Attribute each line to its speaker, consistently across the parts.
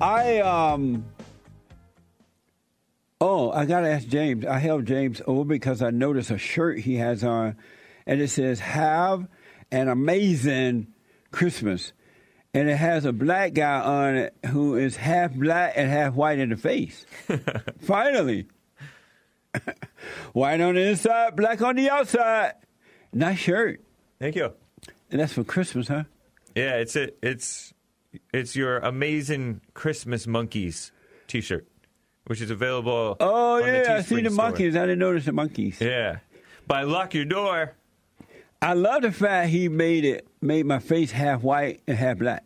Speaker 1: I um. Oh, I gotta ask James. I held James over because I noticed a shirt he has on, and it says "Have an amazing Christmas," and it has a black guy on it who is half black and half white in the face. Finally, white on the inside, black on the outside. Nice shirt,
Speaker 2: Thank you.
Speaker 1: and that's for Christmas, huh?
Speaker 2: Yeah, it's it, it's it's your amazing Christmas monkeys T-shirt, which is available.
Speaker 1: Oh
Speaker 2: on
Speaker 1: yeah, I see
Speaker 2: Teespring
Speaker 1: the
Speaker 2: store.
Speaker 1: monkeys. I didn't notice the monkeys.
Speaker 2: Yeah, by lock your door.
Speaker 1: I love the fact he made it made my face half white and half black.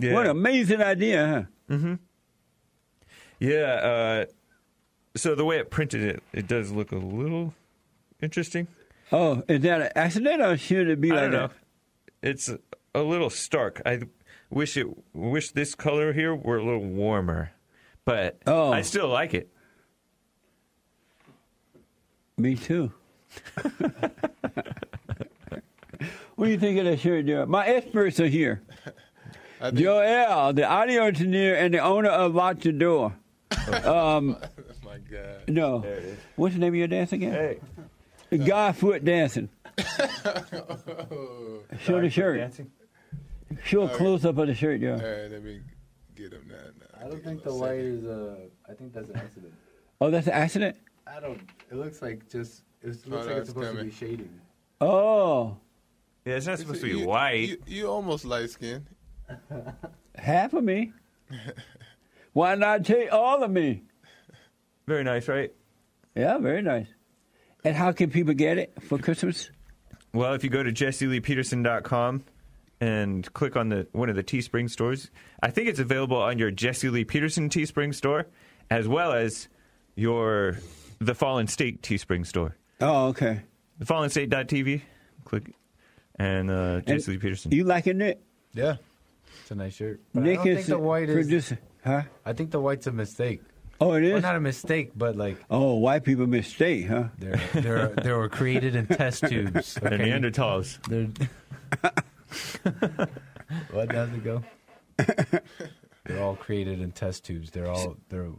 Speaker 2: Yeah.
Speaker 1: What an amazing idea, huh?
Speaker 2: Yeah. Uh, so the way it printed it, it does look a little interesting.
Speaker 1: Oh, is that an accident or should it be
Speaker 2: I
Speaker 1: like
Speaker 2: don't know.
Speaker 1: that?
Speaker 2: It's a little stark. I wish it wish this color here were a little warmer, but
Speaker 1: Oh.
Speaker 2: I still like it.
Speaker 1: Me too. what do you think of that shirt, Joe? My experts are here.
Speaker 3: I think
Speaker 1: Joel, the audio engineer and the owner of Watch the Door.
Speaker 3: my God.
Speaker 1: No. What's the name of your dance again?
Speaker 2: Hey, uh,
Speaker 1: Godfoot Dancing. Show the shirt.
Speaker 2: dancing.
Speaker 1: Show a close up of the shirt,
Speaker 3: All
Speaker 1: Joe.
Speaker 3: right, let me get him now.
Speaker 4: I don't think the white is a. I think that's an accident.
Speaker 1: Oh, that's an accident?
Speaker 4: I don't. It looks like just. It looks
Speaker 3: Oh,
Speaker 4: like
Speaker 3: that's
Speaker 4: it's supposed to
Speaker 3: coming.
Speaker 4: be shading.
Speaker 1: Oh,
Speaker 2: Yeah, it's not supposed to be
Speaker 3: you,
Speaker 2: white.
Speaker 3: You, you almost light skinned.
Speaker 1: half of me. Why not take all of me?
Speaker 2: Very nice, right?
Speaker 1: Yeah, very nice. And how can people get it for Christmas?
Speaker 2: Well, if you go to jesseleepeterson.com and click on the one of the Teespring stores, I think it's available on your Jesse Lee Peterson Teespring store as well as your The Fallen State Teespring store.
Speaker 1: Oh, okay.
Speaker 2: The Fallen State.tv, click and uh, Jesse Lee Peterson.
Speaker 1: You liking Nick?
Speaker 4: Yeah.
Speaker 5: It's a nice shirt.
Speaker 4: But
Speaker 1: Nick
Speaker 4: I don't
Speaker 1: is
Speaker 4: think the white is.
Speaker 1: producer, huh?
Speaker 5: I think the white's a mistake.
Speaker 1: Oh, it
Speaker 5: Well,
Speaker 1: is.
Speaker 5: not a mistake, but like
Speaker 1: oh, white people mistake, huh?
Speaker 5: they're they're they were created in test tubes.
Speaker 2: They're
Speaker 5: okay?
Speaker 2: Neanderthals.
Speaker 5: They're- what does it go? They're all created in test tubes. They're all they're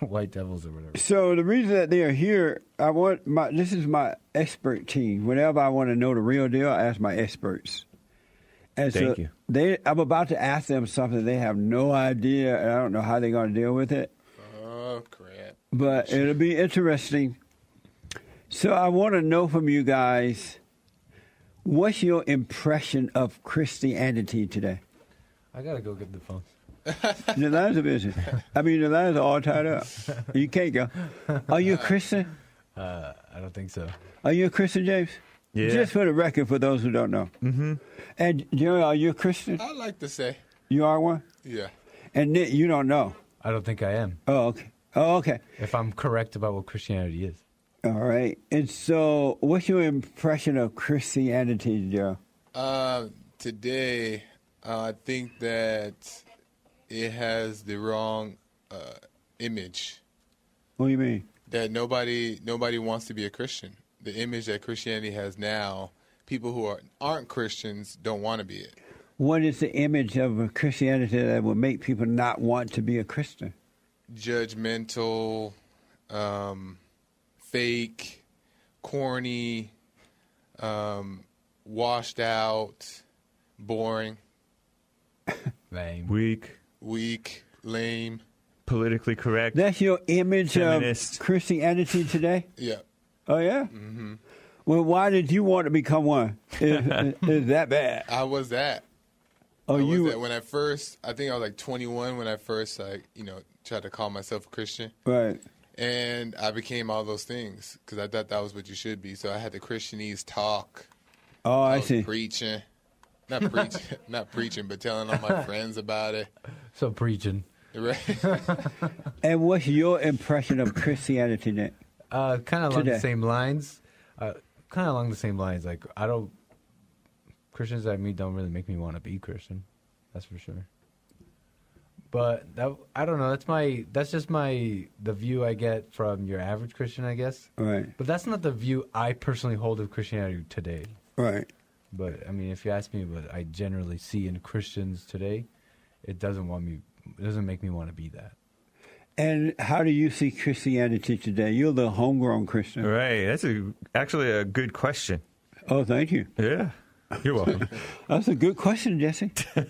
Speaker 5: white devils or whatever.
Speaker 1: So the reason that they are here, I want my. This is my expert team. Whenever I want to know the real deal, I ask my experts. And
Speaker 2: Thank
Speaker 1: so
Speaker 2: you.
Speaker 1: They, I'm about to ask them something they have no idea, and I don't know how they're going to deal with it.
Speaker 3: Oh, crap.
Speaker 1: but it'll be interesting. So I want to know from you guys, what's your impression of Christianity today?
Speaker 5: I gotta go get the phone.
Speaker 1: The lines are busy. I mean, the lines are all tied up. You can't go. Are you a Christian?
Speaker 5: Uh, I don't think so.
Speaker 1: Are you a Christian, James?
Speaker 2: Yeah.
Speaker 1: Just for the record, for those who don't know. Mm-hmm. And Jerry, are you a Christian?
Speaker 3: I like to say,
Speaker 1: You are one.
Speaker 3: yeah.
Speaker 1: And Nick, you don't know.
Speaker 5: I don't think I am.
Speaker 1: Oh, okay. Oh, okay.
Speaker 5: If I'm correct about what Christianity is,
Speaker 1: All right. And so, what's your impression of Christianity, Joe?
Speaker 3: Uh, today, uh, I think that it has the wrong uh, image.
Speaker 1: What do you mean?
Speaker 3: That nobody nobody wants to be a Christian. The image that Christianity has now, people who are, aren't Christians don't want to be it.
Speaker 1: What is the image of a Christianity that would make people not want to be a Christian?
Speaker 3: judgmental, um, fake, corny, um, washed out, boring,
Speaker 5: lame.
Speaker 2: Weak,
Speaker 3: weak, lame.
Speaker 2: politically correct.
Speaker 1: That's your image
Speaker 2: Feminist.
Speaker 1: of Christianity today?
Speaker 3: Yeah.
Speaker 1: Oh, yeah? Mm-hmm. Well, why did you want to become one? Is, is that bad?
Speaker 3: I was that.
Speaker 1: Oh,
Speaker 3: I was
Speaker 1: you.
Speaker 3: that when I first, I think I was like 21 when I first, like, you know, tried to call myself a Christian.
Speaker 1: Right.
Speaker 3: And I became all those things because I thought that was what you should be. So I had the Christianese talk.
Speaker 1: Oh, I
Speaker 3: was
Speaker 1: see.
Speaker 3: Preaching. Not preaching, not preaching, but telling all my friends about it.
Speaker 5: So preaching.
Speaker 3: Right?
Speaker 1: and what's your impression of Christianity then?
Speaker 5: Uh, kind of along
Speaker 1: Today.
Speaker 5: the same lines. Uh, kind of along the same lines. Like I don't. Christians I meet don't really make me want to be Christian. That's for sure. But that I don't know. That's my. That's just my the view I get from your average Christian, I guess.
Speaker 1: Right.
Speaker 5: But that's not the view I personally hold of Christianity today.
Speaker 1: Right.
Speaker 5: But I mean, if you ask me what I generally see in Christians today, it doesn't want me it doesn't make me want to be that.
Speaker 1: And how do you see Christianity today? You're the homegrown Christian.
Speaker 2: Right. That's a, actually a good question.
Speaker 1: Oh, thank you.
Speaker 2: Yeah. You're welcome.
Speaker 1: That's a good question, Jesse. Is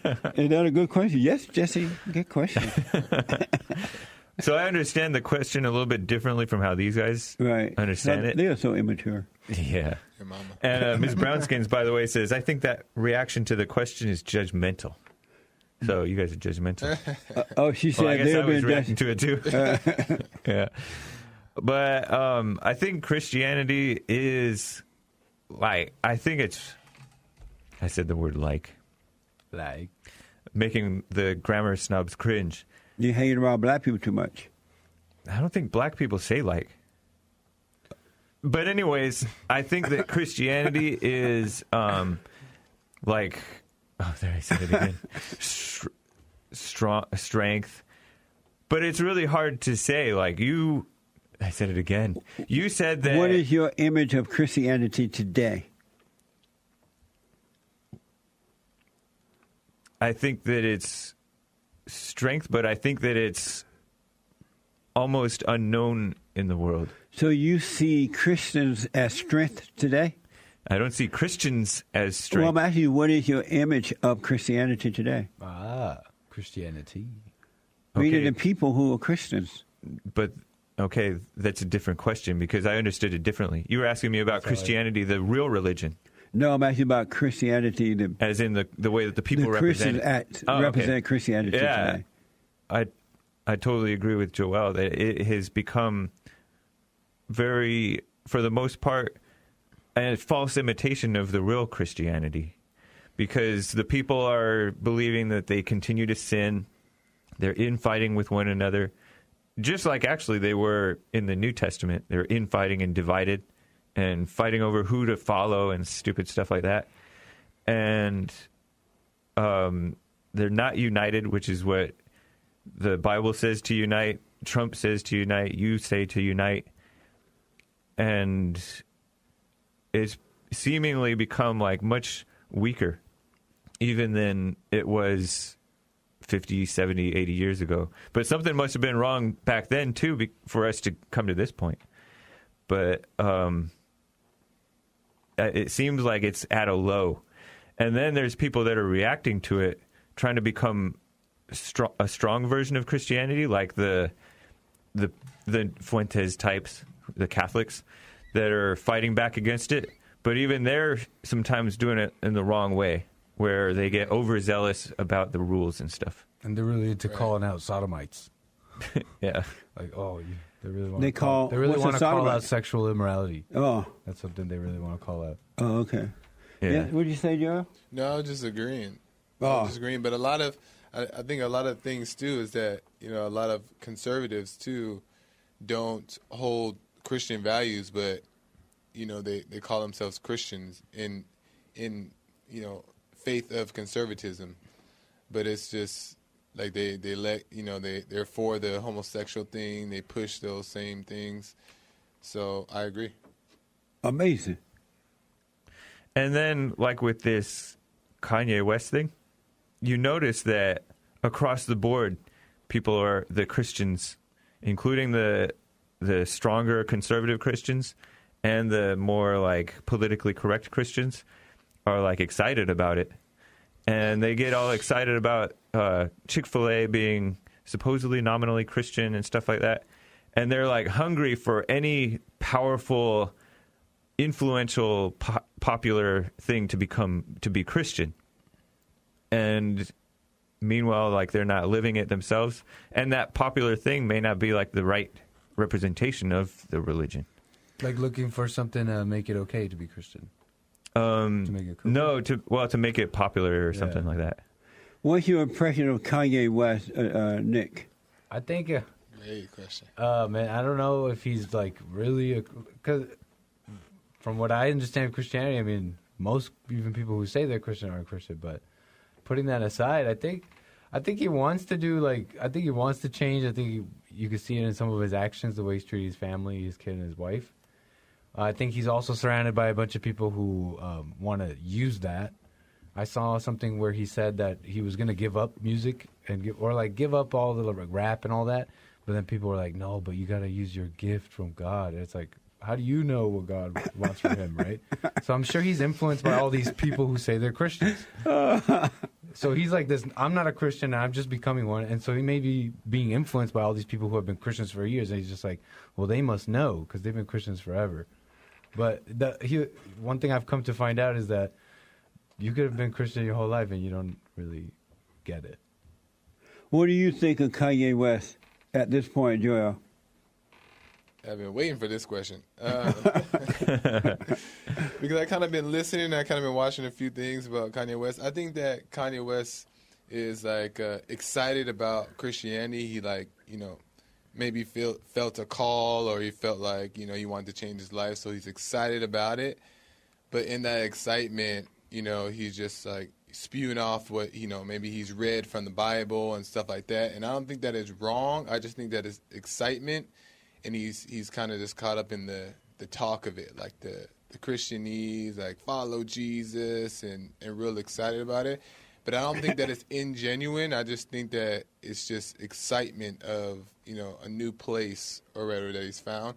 Speaker 1: that a good question? Yes, Jesse. Good question.
Speaker 2: so I understand the question a little bit differently from how these guys
Speaker 1: Right.
Speaker 2: understand
Speaker 1: They are so immature.
Speaker 2: it. Yeah.
Speaker 3: Your mama.
Speaker 2: And uh, Ms. Brownskins, by the way, says, I think that reaction to the question is judgmental. So you guys are judgmental.
Speaker 1: Uh, oh, she said
Speaker 2: Well, I guess I
Speaker 1: they're
Speaker 2: was
Speaker 1: being
Speaker 2: reacting
Speaker 1: des-
Speaker 2: to it too. yeah, but um, I think Christianity is like I think it's. I said the word like,
Speaker 5: Like,
Speaker 2: making the grammar snobs cringe.
Speaker 1: you hanging around black people too much.
Speaker 2: I don't think black people say like. But anyways, I think that Christianity is um, like oh, there I said it again. Str- strong strength, but it's really hard to say. Like you, I said it again. You said that
Speaker 1: What is your image of Christianity today?
Speaker 2: I think that it's strength, but I think that it's almost unknown in the world.
Speaker 1: So you see Christians as strength today?
Speaker 2: I don't see Christians as strength.
Speaker 1: Well, I'm asking you, what is your image of Christianity today?
Speaker 5: ah, Christianity.
Speaker 1: Meaning
Speaker 2: Okay.
Speaker 1: the people who are Christians.
Speaker 2: but okay, that's a different question because I understood it differently. You were asking me about Christianity, the real religion,
Speaker 1: No, I'm asking about Christianity, the,
Speaker 2: as in the the way that the people
Speaker 1: the
Speaker 2: represent
Speaker 1: Christians act,
Speaker 2: Oh, okay.
Speaker 1: represent Christianity
Speaker 2: Yeah,
Speaker 1: today.
Speaker 2: I I totally agree with Joel that it has become very, for the most part, a false imitation of the real Christianity, because the people are believing that they continue to sin, they're infighting with one another, just like actually they were in the New Testament. They're infighting and divided, and fighting over who to follow and stupid stuff like that, and um, they're not united, which is what the Bible says to unite, Trump says to unite, you say to unite, and it's seemingly become like much weaker even than it was 50, 70, 80 years ago. But something must have been wrong back then too be- for us to come to this point. But um uh, it seems like it's at a low. And then there's people that are reacting to it, trying to become stro- a strong version of Christianity, like the the the Fuentes types, the Catholics, that are fighting back against it. But even they're sometimes doing it in the wrong way, where they get overzealous about the rules and stuff.
Speaker 5: And they're really into calling out sodomites.
Speaker 2: Yeah,
Speaker 5: Like, oh, you, they really want
Speaker 1: They
Speaker 5: to call,
Speaker 1: call-
Speaker 5: they really
Speaker 1: what's a
Speaker 5: want to call
Speaker 1: sodomite?
Speaker 5: out sexual immorality.
Speaker 1: Oh,
Speaker 5: That's something they really want to call out.
Speaker 1: oh, okay.
Speaker 2: yeah.
Speaker 1: Yeah. What did you say, Joe?
Speaker 3: No, I was just agreeing. I
Speaker 1: Oh.
Speaker 3: was just agreeing. But a lot of, I, I think a lot of things too is that you know a lot of conservatives too don't hold Christian values, but you know they they call themselves Christians in in you know faith of conservatism, but it's just like they they let you know they they're for the homosexual thing. They push those same things. So I agree.
Speaker 1: Amazing.
Speaker 2: And then, like with this Kanye West thing, you notice that across the board, people are the Christians, including the the stronger conservative Christians and the more like politically correct Christians, are like excited about it, and they get all excited about uh, Chick Fil A being supposedly nominally Christian and stuff like that, and they're like hungry for any powerful influential po- popular thing to become to be christian and meanwhile like they're not living it themselves and that popular thing may not be like the right representation of the religion
Speaker 5: Like looking for something to make it okay to be Christian. Um, to make it cool.
Speaker 2: no to well to make it popular or
Speaker 5: Yeah.
Speaker 2: something like that
Speaker 1: What's your impression of Kanye West, uh, uh, Nick?
Speaker 5: I think. Uh,
Speaker 3: Great question.
Speaker 5: Uh, man, I don't know if he's like really a because from what I understand of Christianity, I mean, most even people who say they're Christian aren't Christian. But putting that aside, I think, I think he wants to do like I think he wants to change. I think he, you can see it in some of his actions, the way he's treated his family, his kid, and his wife. Uh, I think he's also surrounded by a bunch of people who um, want to use that. I saw something where he said that he was going to give up music and give, or like give up all the like, rap and all that. But then people were like, "No, but you got to use your gift from God." And it's like, how do you know what God wants for him, right? So I'm sure he's influenced by all these people who say they're Christians. So he's like this. I'm not a Christian. I'm just becoming one. And so he may be being influenced by all these people who have been Christians for years. And he's just like, well, they must know because they've been Christians forever. But the, he, one thing I've come to find out is that you could have been Christian your whole life and you don't really get it.
Speaker 1: What do you think of Kanye West at this point, Joel?
Speaker 3: I've been waiting for this question um, because I kind of been listening. I kind of been watching a few things about Kanye West. I think that Kanye West is like uh, excited about Christianity. He like you know maybe felt felt a call or he felt like you know he wanted to change his life, so he's excited about it. But in that excitement, you know, he's just like spewing off what you know maybe he's read from the Bible and stuff like that. And I don't think that is wrong. I just think that is excitement and he's he's kind of just caught up in the the talk of it, like the the Christianese, like follow Jesus, and and real excited about it. But I don't think that it's ingenuine. I just think that it's just excitement of you know a new place or whatever that he's found.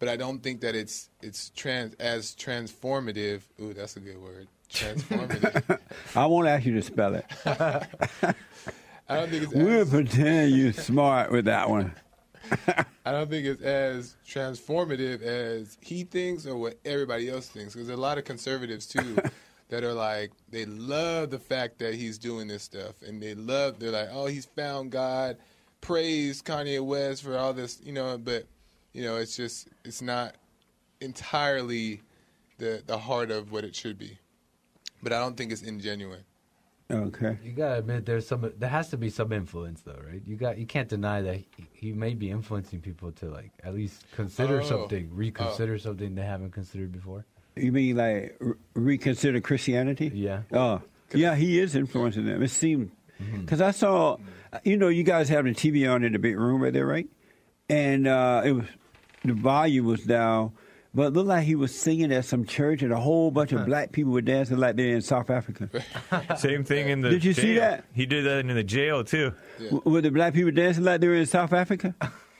Speaker 3: But I don't think that it's it's trans as transformative. Ooh, that's a good word. Transformative.
Speaker 1: I won't ask you to spell it.
Speaker 3: I don't think it's
Speaker 1: We'll
Speaker 3: as,
Speaker 1: pretend you're smart with that one.
Speaker 3: I don't think it's as transformative as he thinks or what everybody else thinks. Because a lot of conservatives too that are like they love the fact that he's doing this stuff, and they love they're like, oh, he's found God, praise Kanye West for all this, you know. But you know, it's just it's not entirely the the heart of what it should be. But I don't think it's ingenuine.
Speaker 1: Okay.
Speaker 5: You gotta admit there's some. There has to be some influence though, right? You got. You can't deny that he, he may be influencing people to like at least consider
Speaker 3: Oh.
Speaker 5: something, reconsider something they haven't considered before.
Speaker 1: You mean like re- reconsider Christianity?
Speaker 5: Yeah.
Speaker 1: Oh, yeah, he is influencing them. It seemed because I saw, you know, you guys have the TV on in the big room right there, right? And uh, it was the volume was down, but it looked like he was singing at some church, and a whole bunch of black people were dancing like they're in South Africa.
Speaker 2: Same thing in the.
Speaker 1: Did you
Speaker 2: jail.
Speaker 1: see that?
Speaker 2: He did that in the jail too.
Speaker 1: W- were the black people dancing like they were in South Africa?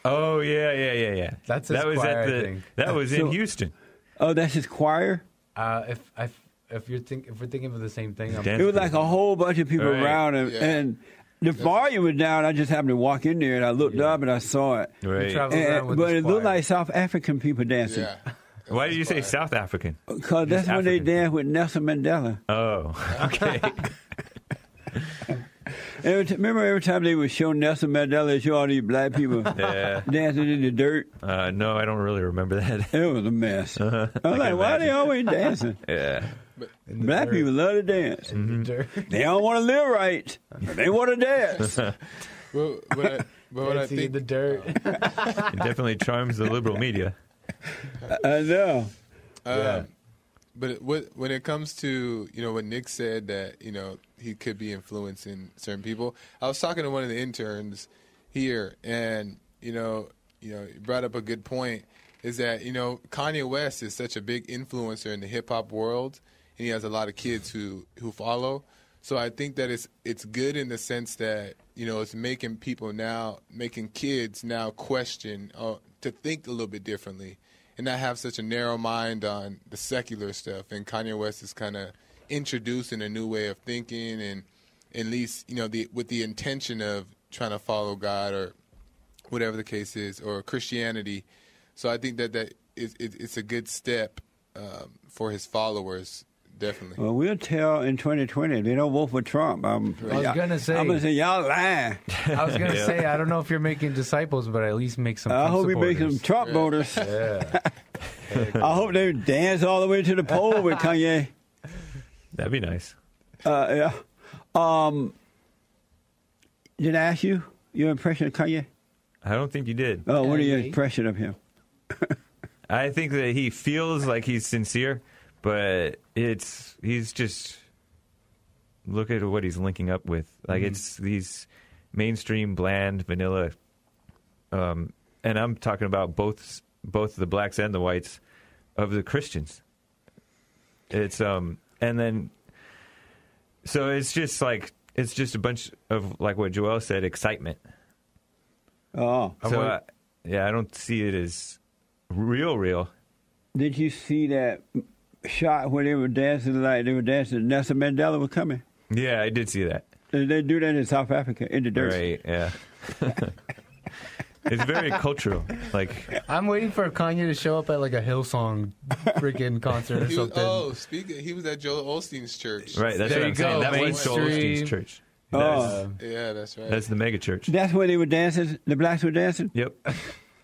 Speaker 2: Oh yeah, yeah, yeah, yeah.
Speaker 5: That's his
Speaker 2: that was
Speaker 5: choir,
Speaker 2: at
Speaker 5: I
Speaker 2: the.
Speaker 5: think.
Speaker 2: That was
Speaker 1: So-
Speaker 2: in Houston.
Speaker 1: Oh, that's his choir.
Speaker 5: Uh, if I if you're think if we're thinking of the same thing, I'm,
Speaker 2: Damn.
Speaker 1: It was like a whole bunch of people
Speaker 2: Right.
Speaker 1: around him,
Speaker 3: Yeah.
Speaker 1: and the volume was down. I just happened to walk in there, and I looked
Speaker 5: Yeah.
Speaker 1: up, and I saw it.
Speaker 5: you
Speaker 2: Right.
Speaker 5: travel around
Speaker 1: And-
Speaker 5: with
Speaker 1: but
Speaker 5: this
Speaker 1: it looked
Speaker 5: choir.
Speaker 1: like South African people dancing
Speaker 3: Yeah.
Speaker 2: Why did you say
Speaker 3: That's why.
Speaker 2: South African?
Speaker 1: because that's
Speaker 2: Just
Speaker 1: when they
Speaker 2: African.
Speaker 1: danced with Nelson Mandela.
Speaker 2: Oh, okay.
Speaker 1: Every t- remember every time they would show Nelson Mandela, they show all these black people
Speaker 2: yeah.
Speaker 1: dancing in the dirt.
Speaker 2: Uh, no, I don't really remember that.
Speaker 1: It was a mess.
Speaker 2: Uh-huh.
Speaker 1: I'm like, why are they always dancing?
Speaker 2: yeah.
Speaker 5: in the
Speaker 1: Black
Speaker 5: dirt,
Speaker 1: people love to dance.
Speaker 5: in the dirt.
Speaker 1: They don't want to live right. but They want to dance.
Speaker 3: Well, but I, but what I
Speaker 5: Dancing in
Speaker 3: think
Speaker 5: the dirt.
Speaker 2: It definitely charms the liberal media.
Speaker 1: I know.
Speaker 3: Um,
Speaker 5: Yeah.
Speaker 3: But it- what, when it comes to you know what Nick said that you know he could be influencing certain people, I was talking to one of the interns here, and you know you know you brought up a good point is that you know Kanye West is such a big influencer in the hip hop world, and he has a lot of kids who who follow. So I think that it's it's good in the sense that you know it's making people now making kids now question uh, to think a little bit differently and not have such a narrow mind on the secular stuff. And Kanye West is kind of introducing a new way of thinking, and at least you know the with the intention of trying to follow God or whatever the case is, or Christianity. So I think that that is, it, it's a good step um, for his followers, definitely.
Speaker 1: Well, we'll tell in 2020 they don't vote for Trump. I'm,
Speaker 5: I was gonna say.
Speaker 1: I'm going to say, y'all lying.
Speaker 5: I was gonna
Speaker 2: Yeah.
Speaker 5: say I don't know if you're making disciples, but at least make some.
Speaker 1: I
Speaker 5: Trump
Speaker 1: hope we make some
Speaker 5: supporters.
Speaker 1: Trump
Speaker 3: Yeah.
Speaker 1: voters.
Speaker 5: Yeah.
Speaker 1: I hope they dance all the way to the pole with Kanye.
Speaker 2: That'd be nice.
Speaker 1: Uh, yeah. Um, did I ask you your impression of Kanye?
Speaker 2: I don't think you did.
Speaker 1: Oh, what are your
Speaker 5: Kanye.
Speaker 1: impression of him?
Speaker 2: I think that he feels like he's sincere, but it's he's just look at what he's linking up with. Like it's these mainstream bland vanilla um and I'm talking about both both the blacks and the whites of the Christians. It's um and then So it's just like it's just a bunch of like what Joel said, excitement.
Speaker 1: Oh,
Speaker 5: I
Speaker 2: so
Speaker 5: want-
Speaker 2: I, yeah, I don't see it as real, real.
Speaker 1: did you see that shot where they were dancing like they were dancing? Nelson Mandela was coming.
Speaker 2: Yeah, I did see that.
Speaker 1: They- They do that in South Africa in the dirt.
Speaker 2: Right? Yeah. it's very cultural. Like
Speaker 5: I'm waiting for Kanye to show up at like a Hillsong freaking concert
Speaker 3: He
Speaker 5: or
Speaker 3: was,
Speaker 5: something.
Speaker 3: oh, speak. He was at Joel Olstein's church.
Speaker 2: right. That's
Speaker 5: There
Speaker 2: what
Speaker 5: you
Speaker 2: I'm saying.
Speaker 5: go,
Speaker 2: That was Joel
Speaker 5: mainstream.
Speaker 2: Osteen's church.
Speaker 1: Oh.
Speaker 2: That's,
Speaker 3: Yeah, that's right.
Speaker 2: that's the mega church.
Speaker 1: That's where they were dancing. The blacks were dancing
Speaker 2: Yep.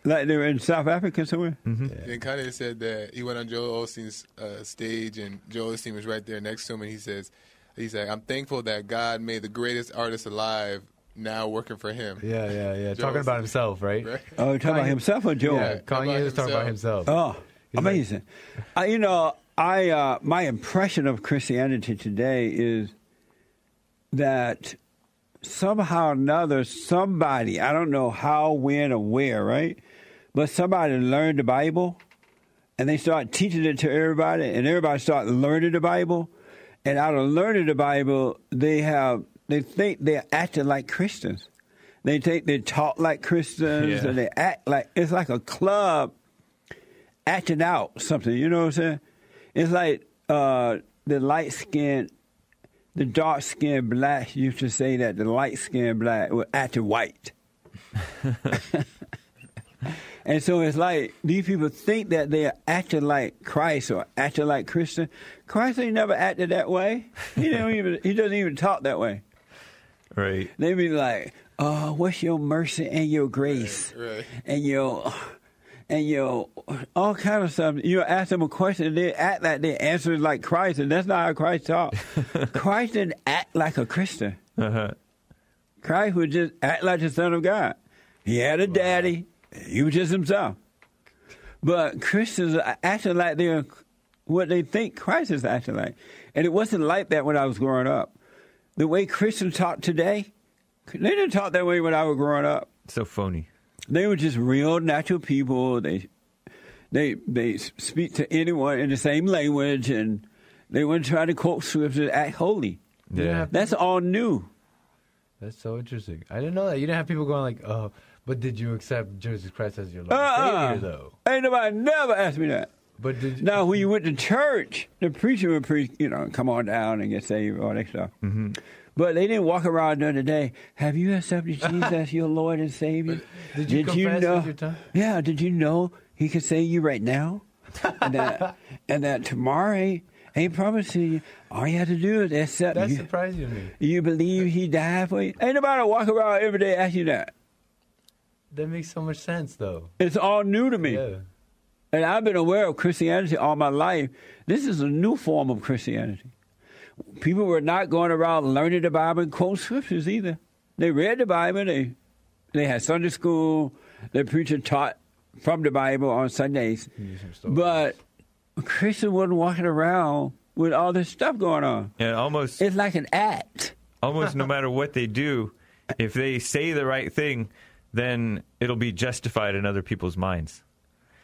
Speaker 1: like they were in South Africa somewhere.
Speaker 3: And Kanye said that he went on Joel Osteen's uh, stage, and Joel Osteen was right there next to him, and he says, "He's like, I'm thankful that God made the greatest artist alive now working for Him."
Speaker 5: Yeah, yeah, yeah.
Speaker 3: Joe
Speaker 5: Talking
Speaker 3: was-
Speaker 5: about himself, right?
Speaker 3: Right?
Speaker 1: Oh, you talking about
Speaker 5: Kanye-
Speaker 1: himself or Joel?
Speaker 5: Yeah, Kanye was talking about himself.
Speaker 1: Oh, amazing! I, you know, I uh, my impression of Christianity today is that somehow or another, somebody I don't know how, when, or where, right? But somebody learned the Bible, and they start teaching it to everybody, and everybody start learning the Bible, and out of learning the Bible, they have they think they're acting like Christians. They think they talk like Christians,
Speaker 2: Yeah.
Speaker 1: and they act like it's like a club acting out something. You know what I'm saying? It's like uh, the light skinned, the dark skinned black used to say that the light skinned black were acting white. and so it's like these people think that they're acting like Christ or acting like Christian. Christ ain't never acted that way. He don't even he doesn't even talk that way.
Speaker 2: Right.
Speaker 1: They be like, "Oh, what's your mercy and your grace
Speaker 3: Right.
Speaker 1: and your and your all kind of stuff?" You ask them a question, and they act like they answer it like Christ, and that's not how Christ talked. Christ didn't act like a Christian.
Speaker 2: Uh
Speaker 3: Uh-huh.
Speaker 2: huh.
Speaker 1: Christ would just act like the Son of God. He had a daddy. He was just himself. But Christians are acting like they're what they think Christ is acting like. And it wasn't like that when I was growing up. The way Christians talk today, they didn't talk that way when I was growing up.
Speaker 2: So phony.
Speaker 1: They were just real natural people. They they they speak to anyone in the same language and they wouldn't try to quote scripture and act holy.
Speaker 2: Yeah.
Speaker 5: Yeah.
Speaker 1: That's all new. Oh.
Speaker 5: That's so interesting. I didn't know that. You didn't have people going like, "Oh, but did you accept Jesus Christ as your Lord and
Speaker 1: Uh-uh.
Speaker 5: Savior, though?"
Speaker 1: Ain't nobody never asked me that.
Speaker 5: But did you,
Speaker 1: Now, when you went to church, the preacher would preach, you know, come on down and get saved, all that stuff. Mm-hmm. But they didn't walk around during the day. Have you accepted Jesus as your Lord and Savior?
Speaker 5: did you confess with your tongue?
Speaker 1: Yeah, did you know He can save you right now, and that and that tomorrow ain't, ain't promising you. All you have to do is accept.
Speaker 5: that
Speaker 1: you,
Speaker 5: surprised you to me.
Speaker 1: you believe He died for you. Ain't nobody walk around every day asking you that.
Speaker 5: That makes so much sense, though.
Speaker 1: It's all new to me.
Speaker 5: Yeah.
Speaker 1: And I've been aware of Christianity all my life. This is a new form of Christianity. People were not going around learning the Bible and quoting scriptures either. They read the Bible, they they had Sunday school, the preacher taught from the Bible on Sundays. But Christian wasn't walking around with all this stuff going on.
Speaker 2: And almost
Speaker 1: It's like an act.
Speaker 2: almost no matter what they do, if they say the right thing, then it'll be justified in other people's minds.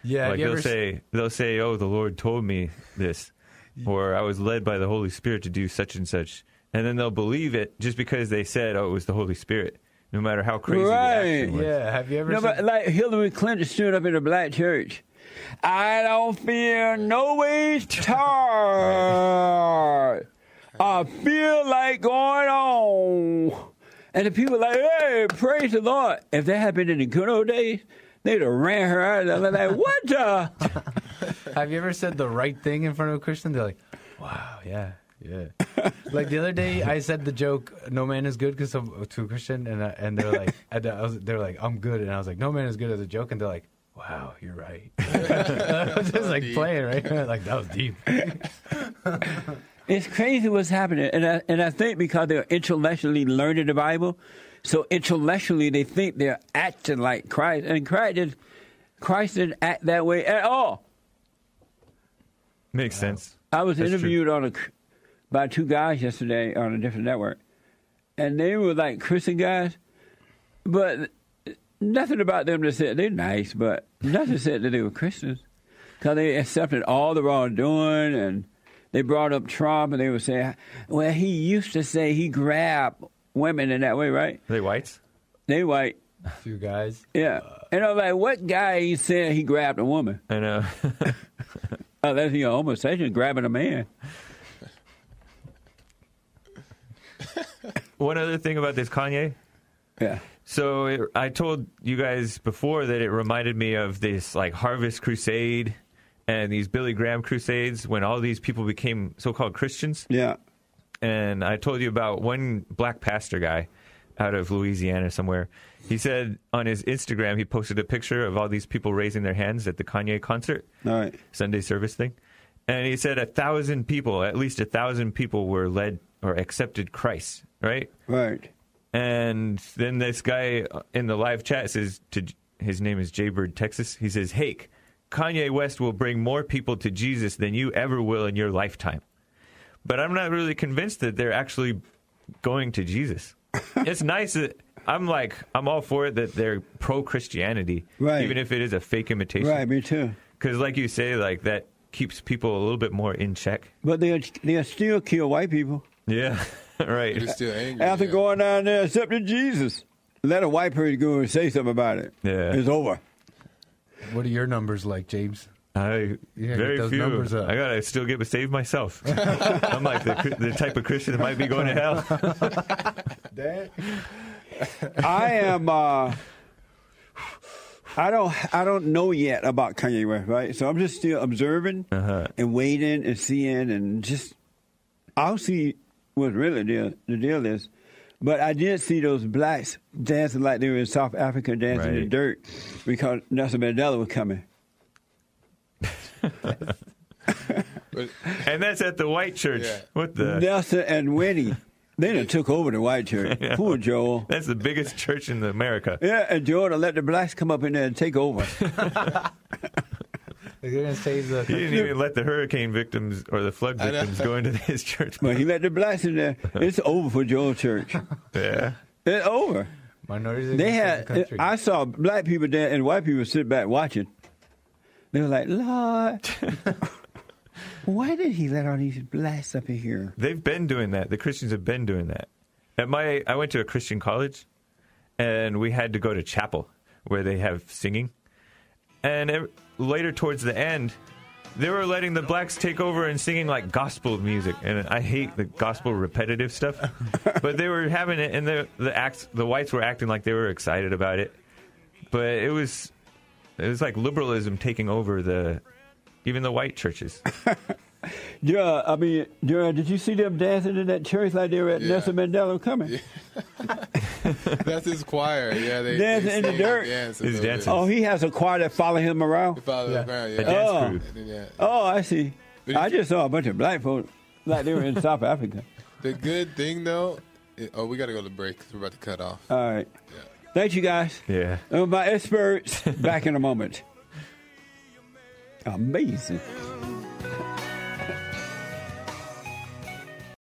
Speaker 5: Yeah.
Speaker 2: like
Speaker 5: you
Speaker 2: they'll
Speaker 5: ever s-
Speaker 2: say they'll say, "Oh, the Lord told me this," or "I was led by the Holy Spirit to do such and such," and then they'll believe it just because they said, "Oh, it was the Holy Spirit." No matter how crazy the action
Speaker 1: Right.
Speaker 2: was.
Speaker 5: Yeah. Have you ever?
Speaker 1: No, but
Speaker 5: seen,
Speaker 1: like Hillary Clinton stood up in a black church. I don't feel no way tired. I feel like going on. And the people like, hey, praise the Lord. If that had been in the good old days, they'd have ran her out. They're like, what the?
Speaker 5: have you ever said the right thing in front of a Christian? They're like, "Wow, yeah, yeah." like the other day, I said the joke, "No man is good," because to a Christian, and I, and they're like, and I was, they're like, "I'm good," and I was like, "No man is good" as a joke, and they're like. Wow, you're right. I was just like playing, right? Like that was deep.
Speaker 1: It's crazy what's happening. And I, and I think because they're intellectually learning the Bible, so intellectually they think they're acting like Christ. And Christ didn't, Christ didn't act that way at all.
Speaker 2: Makes sense.
Speaker 1: I was
Speaker 2: That's true.
Speaker 1: interviewed on a by two guys yesterday on a different network, and they were like Christian guys, but nothing about them that said they're nice, but nothing said that they were Christians because they accepted all the wrongdoing and They brought up Trump and they would say, well, he used to say he grabbed women in that way, right?
Speaker 2: Are they whites?
Speaker 1: They white.
Speaker 5: A few guys.
Speaker 1: Yeah. And I'm like, what guy he said he grabbed a woman?
Speaker 2: I know.
Speaker 1: Oh, that's your homosexual grabbing a man.
Speaker 2: One other thing about this Kanye.
Speaker 1: Yeah.
Speaker 2: So it, I told you guys before that it reminded me of this like Harvest Crusade and these Billy Graham Crusades when all these people became so-called Christians.
Speaker 1: Yeah.
Speaker 2: and I told you about one black pastor guy out of Louisiana somewhere. He said on his Instagram, he posted a picture of all these people raising their hands at the Kanye concert,
Speaker 1: All right.
Speaker 2: Sunday service thing. And he said a thousand people, at least a thousand people were led or accepted Christ, right?
Speaker 1: Right.
Speaker 2: And then this guy in the live chat says to his name is Jaybird Texas. He says, "Hake, Kanye West will bring more people to Jesus than you ever will in your lifetime." But I'm not really convinced that they're actually going to Jesus. it's nice that I'm like I'm all for it that they're pro Christianity,
Speaker 1: Right.
Speaker 2: even if it is a fake imitation.
Speaker 1: Right. Me too.
Speaker 2: Because, like you say, like that keeps people a little bit more in check.
Speaker 1: But they'll, they'll still kill white people.
Speaker 2: Yeah, right.
Speaker 3: They're still angry.
Speaker 1: After
Speaker 3: yeah.
Speaker 1: going down there accepting Jesus, let a white person go and say something about it.
Speaker 2: Yeah.
Speaker 1: It's over.
Speaker 5: What are your numbers like, James?
Speaker 2: I
Speaker 5: Yeah, get
Speaker 2: very
Speaker 5: those
Speaker 2: few.
Speaker 5: numbers up.
Speaker 2: I gotta still get saved myself. I'm like the, the type of Christian that might be going to hell.
Speaker 4: That
Speaker 1: I am. Uh, I don't. I don't know yet about Kanye West, right? So I'm just still observing
Speaker 2: Uh-huh.
Speaker 1: and waiting and seeing, and just I'll see what really deal, the deal is. But I did see those blacks dancing like they were in South Africa, dancing in the
Speaker 2: Right.
Speaker 1: dirt, because Nelson Mandela was coming.
Speaker 3: But,
Speaker 2: And that's at the white church.
Speaker 3: Yeah.
Speaker 2: What the?
Speaker 1: Nelson and Winnie, they done took over the white church. Poor Joel.
Speaker 2: That's the biggest church in America.
Speaker 1: Yeah, and Joel done let the blacks come up in there and take over.
Speaker 5: Like they're gonna save the.
Speaker 2: He didn't even let the hurricane victims or the flood
Speaker 3: I know.
Speaker 2: victims go into his church.
Speaker 1: but he let the blacks in there. It's over for Joel Church.
Speaker 2: Yeah.
Speaker 1: It's over.
Speaker 5: Minorities. are
Speaker 1: They
Speaker 5: gonna save
Speaker 1: had.
Speaker 5: the country.
Speaker 1: I saw black people there and white people sit back watching. They were like, "Lord, why did he let all these blacks up in here?"
Speaker 2: They've been doing that. The Christians have been doing that. At my, I went to a Christian college, and we had to go to chapel where they have singing. And ev- later, towards the end, they were letting the blacks take over and singing like gospel music. And I hate the gospel repetitive stuff, but they were having it, and the the acts, the whites were acting like they were excited about it. But it was, it was like liberalism taking over the, even the white churches.
Speaker 1: Yeah, I mean, yeah, did you see them dancing in that church like they were at
Speaker 3: Yeah.
Speaker 1: Nelson Mandela coming?
Speaker 3: that's his choir. Yeah, they
Speaker 1: Dancing
Speaker 3: they
Speaker 1: in the
Speaker 3: sing and
Speaker 1: dirt.
Speaker 3: Dance a
Speaker 2: He's
Speaker 3: little
Speaker 2: dancing.
Speaker 3: bit.
Speaker 1: Oh, he has a choir that follow him around.
Speaker 3: They follow
Speaker 5: Yeah.
Speaker 3: the
Speaker 2: A
Speaker 3: ground. Yeah.
Speaker 2: dance
Speaker 1: Oh.
Speaker 2: group.
Speaker 3: And then, yeah.
Speaker 1: Oh, I see.
Speaker 3: But
Speaker 1: I
Speaker 3: if-
Speaker 1: just saw a bunch of black folks like they were in South Africa.
Speaker 3: The good thing though, it- oh, we got to go to break. 'cause We're about to cut off.
Speaker 1: All right. Thank you guys.
Speaker 2: Yeah.
Speaker 1: Uh, my experts back in a moment. Amazing.
Speaker 6: Thank